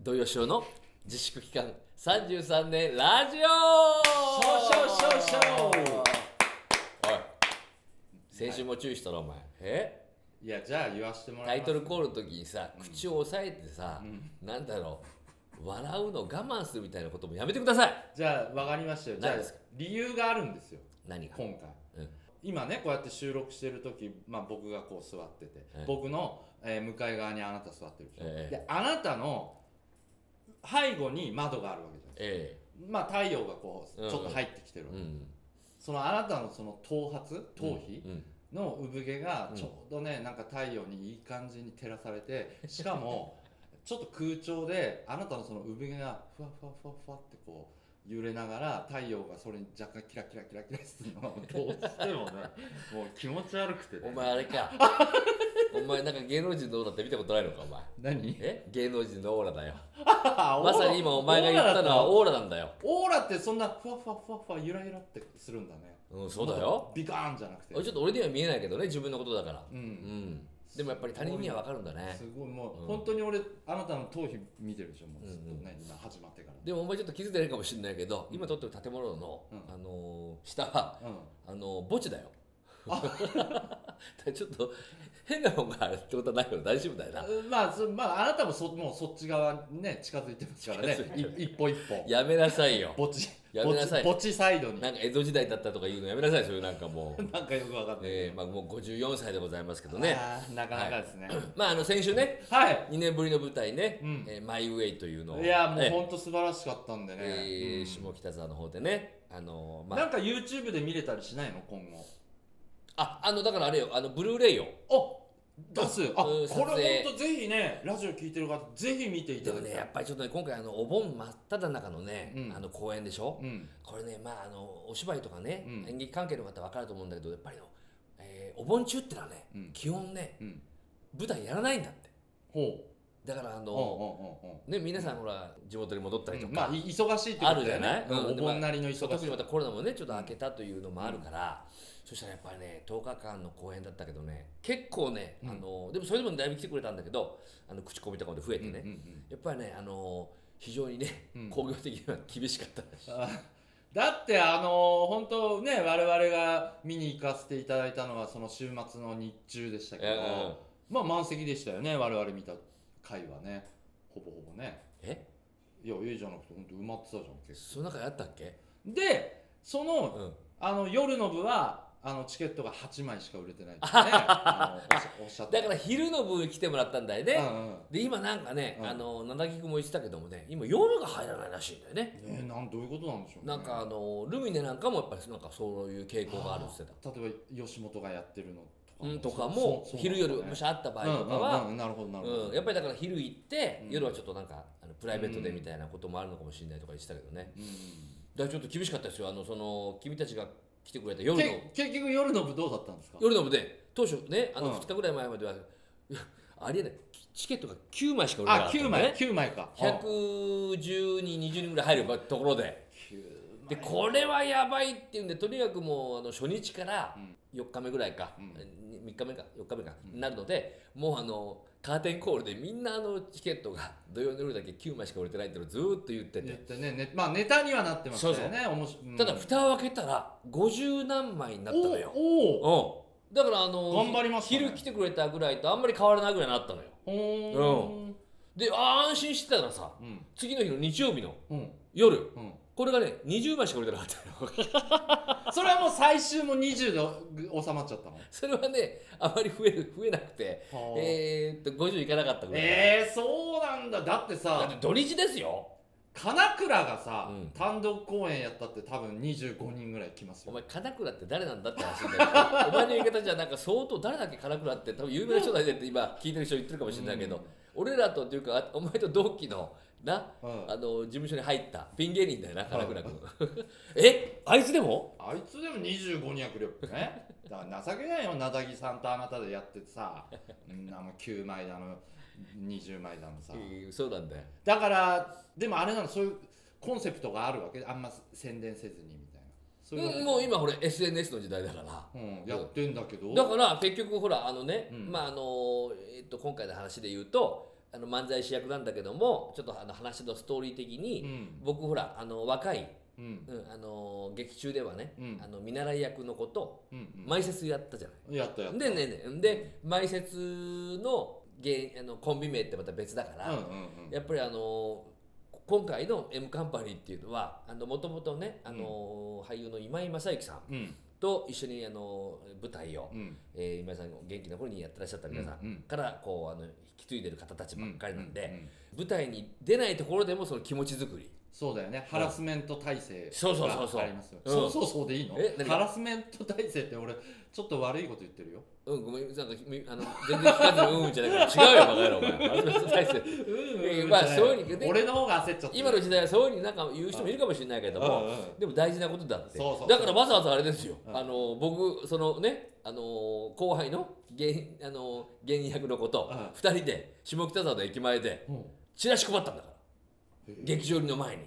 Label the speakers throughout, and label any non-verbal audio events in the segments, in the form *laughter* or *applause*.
Speaker 1: 土曜ショーの自粛期間33年ラジオ
Speaker 2: そうそうそうそ
Speaker 1: お
Speaker 2: う
Speaker 1: い先週も注意したろお前え
Speaker 2: いやじゃあ言わせてもら
Speaker 1: タ
Speaker 2: い
Speaker 1: イ
Speaker 2: ます
Speaker 1: トルコールの時にさ口を押さえてさ、なんだろう笑うのを我慢するみたいなこともやめてください
Speaker 2: じゃあ分かりましたよじゃあ
Speaker 1: 何ですか
Speaker 2: 理由があるんですよ
Speaker 1: 何が、
Speaker 2: 今回
Speaker 1: うん
Speaker 2: 今ねこうやって収録してる時、まあ、僕がこう座ってて、
Speaker 1: ええ
Speaker 2: 僕の、えー向かい側にあなた座ってるでしょ、
Speaker 1: ええ
Speaker 2: であなたの背後に窓があるわけじゃない
Speaker 1: え
Speaker 2: まあ太陽がこう
Speaker 1: うん
Speaker 2: ちょっと入ってきてる
Speaker 1: え
Speaker 2: わ
Speaker 1: う
Speaker 2: け、
Speaker 1: ん
Speaker 2: そのあなたのその頭髪頭皮
Speaker 1: うん
Speaker 2: の産毛が
Speaker 1: うん
Speaker 2: ちょうどね、なんか太陽にいい感じに照らされてしか *laughs* もちょっと空調であなたのその産毛がふわふわふわふわってこう揺れながら太陽がそれに若干キラキラキラキラするのをどうしてもねもう気持ち悪くて、ね、
Speaker 1: お前あれかお前なんか芸能人のオーラって見たことないのかお前
Speaker 2: 何
Speaker 1: え芸能人のオーラだよ *laughs* ま
Speaker 2: ま
Speaker 1: さに今お前が言ったのは
Speaker 2: オーラ
Speaker 1: オーラ
Speaker 2: だっ
Speaker 1: なんだよ
Speaker 2: たオーラってそんなふわふわふわふわゆらゆらってするんだね
Speaker 1: うんそうだよ
Speaker 2: ビカーンじゃなくて
Speaker 1: ちょっと俺には見えないけどね自分のことだから
Speaker 2: う
Speaker 1: うん、
Speaker 2: ん、
Speaker 1: でもやっぱり他人には分かるんだね
Speaker 2: すごいもう、
Speaker 1: うん
Speaker 2: 本当に俺あなたの頭皮見てるでしょもうずっとね、
Speaker 1: うん
Speaker 2: 今始まってから
Speaker 1: でもお前ちょっと気づいてないかもしれないけど今撮ってる建物の、
Speaker 2: うん
Speaker 1: あのー下は
Speaker 2: うん
Speaker 1: あのー墓地だよ *laughs* ちょっと変なもんがあるってことはないけど大丈夫だよな
Speaker 2: まあ、そまあ、あなたもそもうそっち側にね近づいてますからね
Speaker 1: 近づいてる
Speaker 2: い一歩一歩
Speaker 1: やめなさいよ
Speaker 2: 墓地
Speaker 1: やめなさい
Speaker 2: 墓地墓地サイドにな
Speaker 1: なんか江戸時代だったとか言うのやめなさいそういうなんかも
Speaker 2: *laughs*
Speaker 1: う
Speaker 2: んかよくわかんない
Speaker 1: えーまあ、もう54歳でございますけどね
Speaker 2: あーなかなかですね
Speaker 1: まああの先週ね
Speaker 2: はい、
Speaker 1: 2年ぶりの舞台ね「
Speaker 2: うん
Speaker 1: えーマイ・ウェイ」というのを
Speaker 2: い、やも
Speaker 1: え
Speaker 2: う
Speaker 1: ー
Speaker 2: 本当素晴らしかったんでね、
Speaker 1: えー
Speaker 2: うん
Speaker 1: 下北沢の方でねあのーまあ
Speaker 2: なんか YouTube で見れたりしないの今後
Speaker 1: あ、あのだからあれよ、あのブルーレイよ。
Speaker 2: あ出すあ、
Speaker 1: うん撮
Speaker 2: こ
Speaker 1: 影
Speaker 2: れ本当ぜひねラジオ聞いてる方ぜひ見てい
Speaker 1: で
Speaker 2: た
Speaker 1: も
Speaker 2: だきた
Speaker 1: ね、
Speaker 2: い、
Speaker 1: やっぱりちょっとね、今回あのお盆真っ只中のね、
Speaker 2: うん
Speaker 1: あの公演でしょ。
Speaker 2: うん、
Speaker 1: これね、まああのお芝居とかね、
Speaker 2: うん
Speaker 1: 演劇関係の方わかると思うんだけど、やっぱりの、えーお盆中ってのはね、
Speaker 2: うん
Speaker 1: 基本ね、
Speaker 2: うん、
Speaker 1: 舞台やらないんだって。
Speaker 2: ほ
Speaker 1: だからあ
Speaker 2: う
Speaker 1: の、
Speaker 2: うんうんうんうん
Speaker 1: ね皆さんほら地元に戻ったりとか。
Speaker 2: まあい忙しいって
Speaker 1: あ
Speaker 2: ことだよね
Speaker 1: るじゃない
Speaker 2: うん
Speaker 1: うん
Speaker 2: お盆なりの忙しい
Speaker 1: そう特にまたコロナもねちょっと明けたというのもあるから、そしたらやっぱりね10日間の公演だったけどね結構ね、
Speaker 2: うん
Speaker 1: あのでもそれでもだいぶ来てくれたんだけどあの口コミとかも増えてね、
Speaker 2: うんうんうん
Speaker 1: やっぱりね、あの非常にね
Speaker 2: うん、
Speaker 1: 工業的には厳しかったらしい、
Speaker 2: あだってあの本当ね我々が見に行かせていただいたのはその週末の日中でしたけど、
Speaker 1: え
Speaker 2: まあ満席でしたよね我々見た回はねほぼほぼね
Speaker 1: え
Speaker 2: いや家じゃなくて本当埋まってたじゃん結
Speaker 1: その中やったっけ、
Speaker 2: 構でその,、
Speaker 1: うん、
Speaker 2: あの夜の部はあのチケットが8枚しか売れてないってね
Speaker 1: *laughs*
Speaker 2: あのおっしゃおっしゃって
Speaker 1: だから昼の部来てもらったんだよね、
Speaker 2: うんうん
Speaker 1: で今なんかね、
Speaker 2: うん
Speaker 1: あの七木君も言ってたけどもね今夜が入らないらしいんだよね、
Speaker 2: ねえなんどういうことなんでしょうね
Speaker 1: なんかあのルミネなんかもやっぱりなんかそういう傾向があるって言ってた。
Speaker 2: 例えば吉本がやってるのとか
Speaker 1: うん、とかも
Speaker 2: そうそう
Speaker 1: 昼夜
Speaker 2: そう
Speaker 1: もしあった場合とか
Speaker 2: うんうん
Speaker 1: は、
Speaker 2: うんなるほどなるほど、
Speaker 1: うん、やっぱりだから昼行って
Speaker 2: うん
Speaker 1: 夜はちょっとなんかあのプライベートでみたいなこともあるのかもしれないとか言ってたけどね
Speaker 2: うん
Speaker 1: だからちょっと厳しかったですよあのその君たちが来てくれた夜の
Speaker 2: け結局夜の部どうだったんですか
Speaker 1: 夜の部で当初ねあ
Speaker 2: う
Speaker 1: の
Speaker 2: ん
Speaker 1: 2日ぐらい前までは、 *laughs* いやありえないチケットが9枚しか売れなか
Speaker 2: あ
Speaker 1: った
Speaker 2: 九
Speaker 1: の
Speaker 2: 枚
Speaker 1: ね
Speaker 2: 九枚かうん
Speaker 1: 110人20人ぐらい入るところで
Speaker 2: 九枚
Speaker 1: でこれはやばいっていうんでとにかくもうあの初日から4日目ぐらいか、
Speaker 2: うん
Speaker 1: 3日目か4日目か、なるのでもうあのカーテンコールでみんなあのチケットが土曜の夜だけ9枚しか売れてないってのをずーっと言って、
Speaker 2: 言っててねねまあネタにはなってましたよね
Speaker 1: そう
Speaker 2: 面白うん
Speaker 1: ただ蓋を開けたら50何枚になったのよ
Speaker 2: おお
Speaker 1: うん、だからあの
Speaker 2: 頑張りましたね
Speaker 1: 昼来てくれたぐらいとあんまり変わらないぐらいになったのよ
Speaker 2: ほーん
Speaker 1: であー安心してたらさ
Speaker 2: うん
Speaker 1: 次の日の日曜日の
Speaker 2: うん
Speaker 1: 夜
Speaker 2: うん
Speaker 1: これがね20枚しか売れてなかったの
Speaker 2: それはもう最終も20で収まっちゃったの
Speaker 1: *laughs* それはねあまり増える増えなくて
Speaker 2: はあ
Speaker 1: えー、っと50いかなかったぐらい、
Speaker 2: えー、そうなんだだって
Speaker 1: だ
Speaker 2: さ
Speaker 1: って土日ですよ
Speaker 2: 金倉がさ、
Speaker 1: うん
Speaker 2: 単独公演やったって多分25人ぐらい来ます
Speaker 1: お
Speaker 2: よ
Speaker 1: 前金倉って誰なんだって話になるお前の言い方じゃなんか相当誰だっけ金倉って多分有名な人だねって今聞いてる人言ってるかもしれないけど、
Speaker 2: うん
Speaker 1: 俺らとっていうかあお前と同期のな
Speaker 2: うん
Speaker 1: あの事務所に入ったピン芸人だよな金倉君 *laughs* えあいつでも
Speaker 2: あいつでも25人はくれよ
Speaker 1: *laughs*
Speaker 2: ねだから情けないよなだぎさんとあなたでやっててさんなも9枚だの20枚だのさ
Speaker 1: うんそうなんだよ
Speaker 2: だからでもあれなのそういうコンセプトがあるわけあんま宣伝せずにみたいなそいわけ
Speaker 1: うんもう今ほら SNS の時代だから
Speaker 2: うん、やってんだけど
Speaker 1: だから結局ほらあのね、
Speaker 2: うん
Speaker 1: まああのえっと今回の話で言うとあの漫才師役なんだけどもちょっとあの話のストーリー的に、
Speaker 2: うん
Speaker 1: 僕ほらあの若い、
Speaker 2: うん
Speaker 1: うん、あの劇中ではね、
Speaker 2: うん
Speaker 1: あの見習い役の子と
Speaker 2: うん
Speaker 1: 埋設やったじゃない。
Speaker 2: うんやったやった
Speaker 1: でねねで埋設の芸あのコンビ名ってまた別だか
Speaker 2: う
Speaker 1: ら、
Speaker 2: んうんうん
Speaker 1: やっぱりあの今回の M カンパニーっていうのはもともとねあの、俳優の今井正幸さん
Speaker 2: うん
Speaker 1: と一緒にあの舞台を、
Speaker 2: うん
Speaker 1: えー今井さんが元気な頃にやってらっしゃった皆さん
Speaker 2: うんうん
Speaker 1: からこうあの引き継いでる方たちばっかりなんで、
Speaker 2: ううう
Speaker 1: 舞台に出ないところでもその気持ち作り
Speaker 2: そうだよねハラスメント体制
Speaker 1: そうそうそうそう
Speaker 2: がありますよ
Speaker 1: うん
Speaker 2: そうそうそうでいいの
Speaker 1: え何が
Speaker 2: ハラスメント体制って俺ちょっと悪いこと言ってるよ
Speaker 1: うんごめんなんかみあの全然聞かずに「うんうん」じゃないから違うよバカ野郎お前 *laughs* 松本大輔うんまあそういうふうに言って
Speaker 2: 俺の方が焦っちゃってる
Speaker 1: 今の時代はそういうふうになんか言う人もいるかもしれないけども、
Speaker 2: うんうん
Speaker 1: でも大事なことだって
Speaker 2: そうそう
Speaker 1: だからわざわざあれですよ、
Speaker 2: うん
Speaker 1: あの僕そのねあの後輩の芸あの芸人役の子と
Speaker 2: うん
Speaker 1: 2人で下北沢の駅前で
Speaker 2: うん
Speaker 1: チラシ配ったんだから
Speaker 2: へえ
Speaker 1: 劇場入りの前に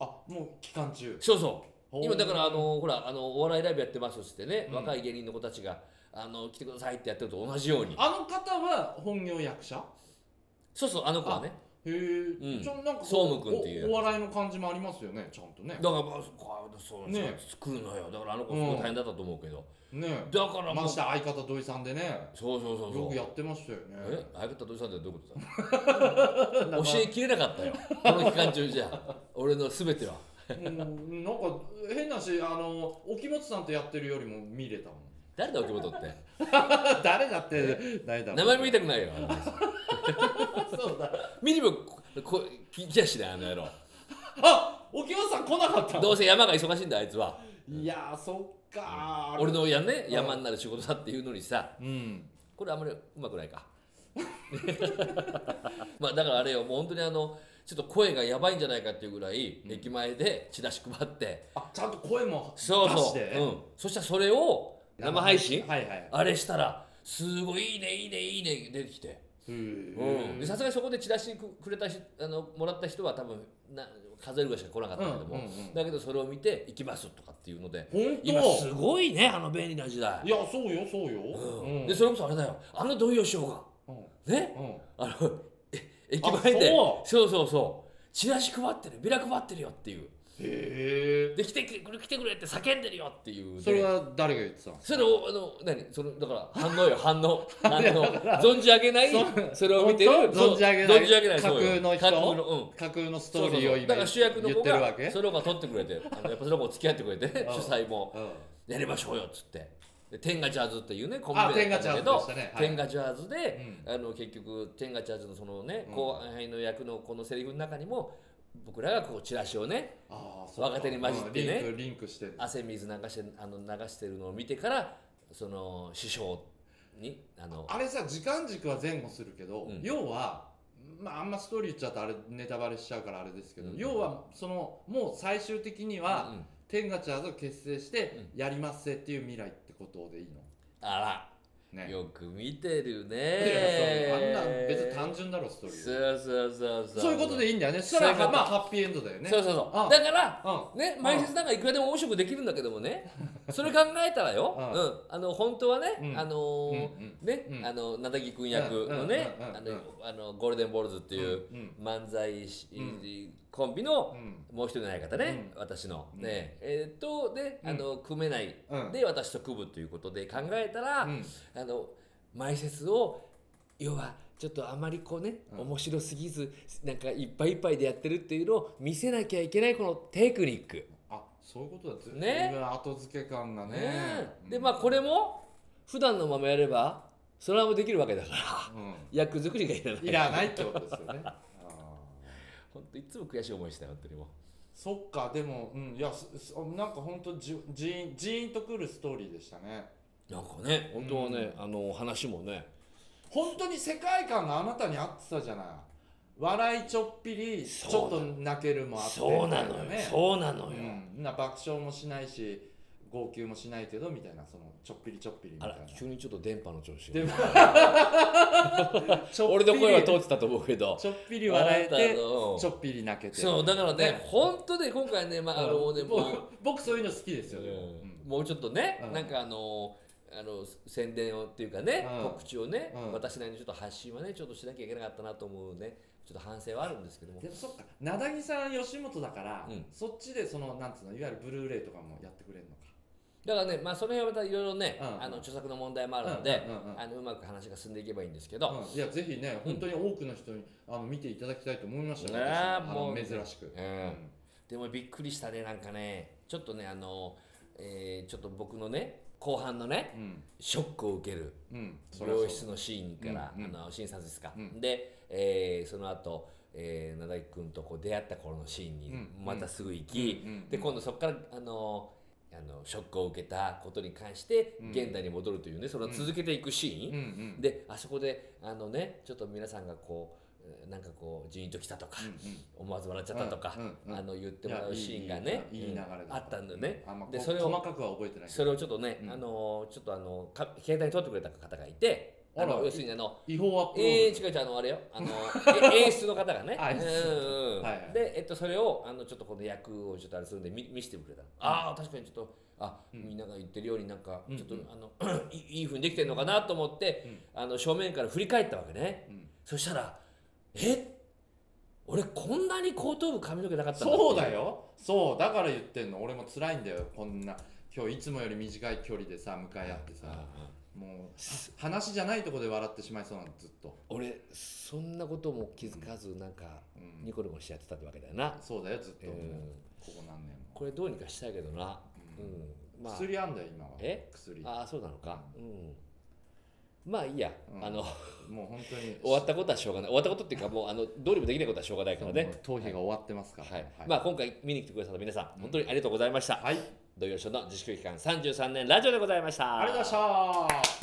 Speaker 2: あもう期間中
Speaker 1: そうそう
Speaker 2: ほう
Speaker 1: 今だからあのほらあのお笑いライブやってますっつってね、
Speaker 2: うん
Speaker 1: 若い芸人の子たちがあの来てくださいってやってると同じように
Speaker 2: あの方は本業役者
Speaker 1: そうそうあの子はね
Speaker 2: へえ、
Speaker 1: ん
Speaker 2: ちょなんかこう
Speaker 1: ソーム君っていう
Speaker 2: おお笑いの感じもありますよねちゃんとね
Speaker 1: だからまあこうそうそう
Speaker 2: ね
Speaker 1: 作るのよだからあの子すごい大変だったと思うけど、
Speaker 2: ね
Speaker 1: だからも
Speaker 2: ま
Speaker 1: う
Speaker 2: して相方土井さんでね
Speaker 1: そうそうそうそう
Speaker 2: よくやってましたよ
Speaker 1: え
Speaker 2: ね
Speaker 1: 相方どうしたんだよどういう
Speaker 2: *laughs*
Speaker 1: ことだ教えきれなかったよこの期間中じゃ俺の全ては
Speaker 2: うんなんか変なしあの沖本さんとやってるよりも見れたもん
Speaker 1: 誰だ沖本って
Speaker 2: 誰だって誰だ
Speaker 1: 名前も言い
Speaker 2: た
Speaker 1: たくないよあの話
Speaker 2: そうだ
Speaker 1: 見にもここ聞きやしないあの野郎
Speaker 2: あ沖本さん来なかった
Speaker 1: どうせ山が忙しいんだあいつはい
Speaker 2: やーそっかー
Speaker 1: 俺のやね
Speaker 2: うん
Speaker 1: 山になる仕事だっていうのにさ
Speaker 2: うん
Speaker 1: これあんまりうまくないか *laughs* まあだからあれよもう本当にあのちょっと声がやばいんじゃないかっていうぐらい
Speaker 2: うん
Speaker 1: 駅前でチラシ配って、
Speaker 2: あちゃんと声も出して
Speaker 1: そうそう、うん、そしたらそれを生配信
Speaker 2: はいはい
Speaker 1: あれしたらすごいいいねいいねいいね出てきて
Speaker 2: うん
Speaker 1: でさすがにそこでチラシくくれたしあのもらった人は多分な数えるぐらいしか来なかったけども、
Speaker 2: うんうんうん
Speaker 1: だけどそれを見て行きますとかっていうので
Speaker 2: 本当
Speaker 1: 今すごいねあの便利な時代
Speaker 2: い、やそうよそうよ、
Speaker 1: うん
Speaker 2: うん
Speaker 1: でそれこそあれだよあの土井善雄
Speaker 2: うんうん
Speaker 1: がねあのえ駅前で
Speaker 2: あ
Speaker 1: そうそうそうチラシ配ってるビラ配ってるよっていう
Speaker 2: へえ
Speaker 1: で来てくれ来てくれって叫んでるよっていうで
Speaker 2: それは誰が言ってたんで
Speaker 1: そ
Speaker 2: すか
Speaker 1: れをあの何そのだ
Speaker 2: *laughs*
Speaker 1: から反応よ反応反応存じ上げない
Speaker 2: そう
Speaker 1: それを見てる
Speaker 2: 本当
Speaker 1: そう
Speaker 2: 存じ上げない
Speaker 1: 存じ上げないそうよ
Speaker 2: 架空の人
Speaker 1: 架空のうん
Speaker 2: 架空のス
Speaker 1: そ
Speaker 2: ト
Speaker 1: う
Speaker 2: ー
Speaker 1: そう
Speaker 2: リー
Speaker 1: そ
Speaker 2: を
Speaker 1: う
Speaker 2: 今
Speaker 1: だから主役の
Speaker 2: 言
Speaker 1: 子
Speaker 2: ってるわ
Speaker 1: が
Speaker 2: け
Speaker 1: その子が取ってくれてあのやっぱその子付き合ってくれて
Speaker 2: *laughs*
Speaker 1: ね
Speaker 2: うん
Speaker 1: 主催も
Speaker 2: うん
Speaker 1: やりましょうよっつってで天ガチャーズっていうねコン
Speaker 2: あ
Speaker 1: ビ
Speaker 2: 天
Speaker 1: 名だ
Speaker 2: ガ
Speaker 1: っ
Speaker 2: チ
Speaker 1: たん
Speaker 2: ャ
Speaker 1: だ
Speaker 2: ー
Speaker 1: け
Speaker 2: ズ
Speaker 1: ど
Speaker 2: でしたねは
Speaker 1: 天
Speaker 2: い
Speaker 1: ガチャーズで
Speaker 2: うん
Speaker 1: あの結局天ガチャーズのそのね
Speaker 2: うん
Speaker 1: 後輩の役のこのセリフの中にも僕らがこうチラシをね
Speaker 2: あーそっか
Speaker 1: 若手に混じってね
Speaker 2: うんリンクリンクしてる
Speaker 1: 汗水流してあの流してるのを見てからその師匠にあの
Speaker 2: あれさ時間軸は前後するけど、
Speaker 1: うん
Speaker 2: 要はまああんまストーリー言っちゃうとあれネタバレしちゃうからあれですけど、
Speaker 1: うん
Speaker 2: 要はそのもう最終的には、
Speaker 1: うん
Speaker 2: 天ガチャーズを結成してやりますせっていう未来ってことでいいの
Speaker 1: あら、
Speaker 2: ね
Speaker 1: よく見てる
Speaker 2: いやそう
Speaker 1: ね
Speaker 2: あんなん別に単純だろストーリ
Speaker 1: そ
Speaker 2: ー
Speaker 1: うそうそうそう
Speaker 2: そういうことで
Speaker 1: いい
Speaker 2: いいんだよねそしたら
Speaker 1: そういうこと
Speaker 2: まあハッピーエンドだよね
Speaker 1: そうそうそう
Speaker 2: うん
Speaker 1: だから
Speaker 2: うん
Speaker 1: ね
Speaker 2: うん
Speaker 1: 毎節なんかいくらでも面白くできるんだけども
Speaker 2: *laughs*
Speaker 1: ねそれ考えたらよ、
Speaker 2: うん
Speaker 1: うんあの本当はね、
Speaker 2: うん
Speaker 1: あのー
Speaker 2: うんうん
Speaker 1: ね、
Speaker 2: うん
Speaker 1: あのなだぎくん役のね、
Speaker 2: うんうんうん
Speaker 1: あ
Speaker 2: う
Speaker 1: の
Speaker 2: ん
Speaker 1: あのゴールデンボールズっていう
Speaker 2: うんうん
Speaker 1: 漫才師、
Speaker 2: うん
Speaker 1: コンビの
Speaker 2: うん
Speaker 1: もう一人の相方ね、
Speaker 2: う
Speaker 1: 私の、
Speaker 2: うん
Speaker 1: ねえーっとで、
Speaker 2: うん
Speaker 1: あの組めない、
Speaker 2: うん
Speaker 1: で私と組むということで考えたら、
Speaker 2: うん
Speaker 1: あの前説を要はちょっとあまりこうね、
Speaker 2: うん
Speaker 1: 面白すぎずなんかいっぱいいっぱいでやってるっていうのを見せなきゃいけないこのテクニック、
Speaker 2: あそういうことだずいぶ
Speaker 1: ね
Speaker 2: ん後付け感がね
Speaker 1: うんでまあこれも普段のままやればそれはもうできるわけだから *laughs*
Speaker 2: うん
Speaker 1: 役作りがいらない
Speaker 2: いらないってことですよね *laughs* あー
Speaker 1: 本当いつも悔しい思いしたよ本当にも
Speaker 2: そっかでもうんいやすすなんかほんとじじーんじーんとくるストーリーでしたね
Speaker 1: うなんかね本当はね、
Speaker 2: う
Speaker 1: あの話もね
Speaker 2: 本当に世界観があなたに合ってたじゃない笑いちょっぴりちょっと泣けるもあって
Speaker 1: そうなのよ、
Speaker 2: みたいね
Speaker 1: そうなのよ、
Speaker 2: うん、な爆笑もしないし号泣もしないけどみたいなそのちょっぴりちょっぴりみ
Speaker 1: あ
Speaker 2: たいな
Speaker 1: ら急にちょっと電波の調子が
Speaker 2: でもちょっ
Speaker 1: *laughs*
Speaker 2: ぴ
Speaker 1: 俺
Speaker 2: り
Speaker 1: の声は通ってたと思うけど
Speaker 2: ちょっぴり笑えて
Speaker 1: あなたの
Speaker 2: ちょっぴり泣けて
Speaker 1: そうだからね本当で今回ねまああのね
Speaker 2: うん
Speaker 1: もう
Speaker 2: 僕僕そういうの好きですよ、でも
Speaker 1: もうちょっとね、
Speaker 2: うん
Speaker 1: なんかあのあの宣伝をっていうかね、
Speaker 2: うん
Speaker 1: 告知をね、
Speaker 2: うん
Speaker 1: 私なりにちょっと発信はねちょっとしなきゃいけなかったなと思うねちょっと反省はあるんですけども
Speaker 2: でもそっか灘木さん吉本だから、
Speaker 1: うん
Speaker 2: そっちでそのなんつうのいわゆるブルーレイとかもやってくれるのか
Speaker 1: だからねまあその辺はまたいろいろね、
Speaker 2: うん
Speaker 1: あの著作の問題もあるので、
Speaker 2: うんうんうんうん
Speaker 1: あのうまく話が進んでいけばいいんですけど、
Speaker 2: うんいやぜひね本当に多くの人に、あの見ていただきたいと思いました
Speaker 1: ねえ
Speaker 2: 私あの
Speaker 1: もう
Speaker 2: 珍しく、
Speaker 1: うんでもびっくりしたねなんかねちょっとねあの、えーちょっと僕のね後半のね
Speaker 2: うん
Speaker 1: ショックを受ける
Speaker 2: うんそれはそう
Speaker 1: 病室のシーンから、
Speaker 2: うんうん
Speaker 1: あの診察ですか、
Speaker 2: うん
Speaker 1: で、えーその後、えー、灘木君とこう出会った頃のシーンに
Speaker 2: うん
Speaker 1: またすぐ行き、
Speaker 2: うんうん
Speaker 1: で今度そこからあのあのショックを受けたことに関して
Speaker 2: うん
Speaker 1: 現代に戻るというねそれを続けていくシーン、
Speaker 2: うんうん
Speaker 1: であそこであのねちょっと皆さんがこうえーなんかこうジーンときたとか、思わず笑っちゃったとか、
Speaker 2: うんうんうん
Speaker 1: あの言ってもらうシーンがね
Speaker 2: いやいいいいい流れだ
Speaker 1: うんあったんだよね、
Speaker 2: あんま
Speaker 1: で
Speaker 2: こ
Speaker 1: それを
Speaker 2: 細かくは覚えてないけ
Speaker 1: そ
Speaker 2: ど
Speaker 1: れをちょっとね、
Speaker 2: うん
Speaker 1: あのちょっとあのか携帯に撮ってくれた方がいてあ
Speaker 2: あ
Speaker 1: の
Speaker 2: ら
Speaker 1: 要するにあの
Speaker 2: 違法アップロ
Speaker 1: え
Speaker 2: ー
Speaker 1: ー、
Speaker 2: ド
Speaker 1: 違う違うあのあれよ
Speaker 2: *laughs*
Speaker 1: あのえ演出の方がね
Speaker 2: あ
Speaker 1: うん
Speaker 2: 演出
Speaker 1: うんうん
Speaker 2: はいはい
Speaker 1: で、えっと、それをあのちょっとこの役をちょっとあれするんで見見せてくれたの、ああ確かにちょっとあ、
Speaker 2: うん
Speaker 1: みんなが言ってるようになんか
Speaker 2: うん
Speaker 1: ちょっと、あの *laughs* いいいふうにできてるのかなと思って、あの正面から振り返ったわけね
Speaker 2: うん
Speaker 1: そしたら「え俺こんなに後頭部髪の毛なかったんだってい
Speaker 2: そうだよそうだから言ってんの俺も辛いんだよこんな今日いつもより短い距離でさ向かい合ってさ
Speaker 1: ああ
Speaker 2: もう話じゃないとこで笑ってしまいそうなのずっと、
Speaker 1: 俺そんなことも気づかずなんか
Speaker 2: うん
Speaker 1: ニコニコしちゃってたってわけだよな、
Speaker 2: そうだよずっと、
Speaker 1: うん
Speaker 2: ここ何年も
Speaker 1: これどうにかしたいけどな
Speaker 2: う
Speaker 1: うんん、まあ
Speaker 2: 薬あんだよ今は
Speaker 1: え
Speaker 2: 薬
Speaker 1: ああそうなのかうんまあいいや、
Speaker 2: うん
Speaker 1: あの
Speaker 2: もう本当に
Speaker 1: 終わったことはしょうがない終わったことっていうかもうあのどうにもできないことはしょうがないから
Speaker 2: も
Speaker 1: ね
Speaker 2: う頭皮が終わってますから
Speaker 1: はい、まあ今回見に来てくださった皆さん本当にありがとうございました、
Speaker 2: はい、あり
Speaker 1: 土曜所の自粛期間33年ラジオでございました
Speaker 2: がとうございました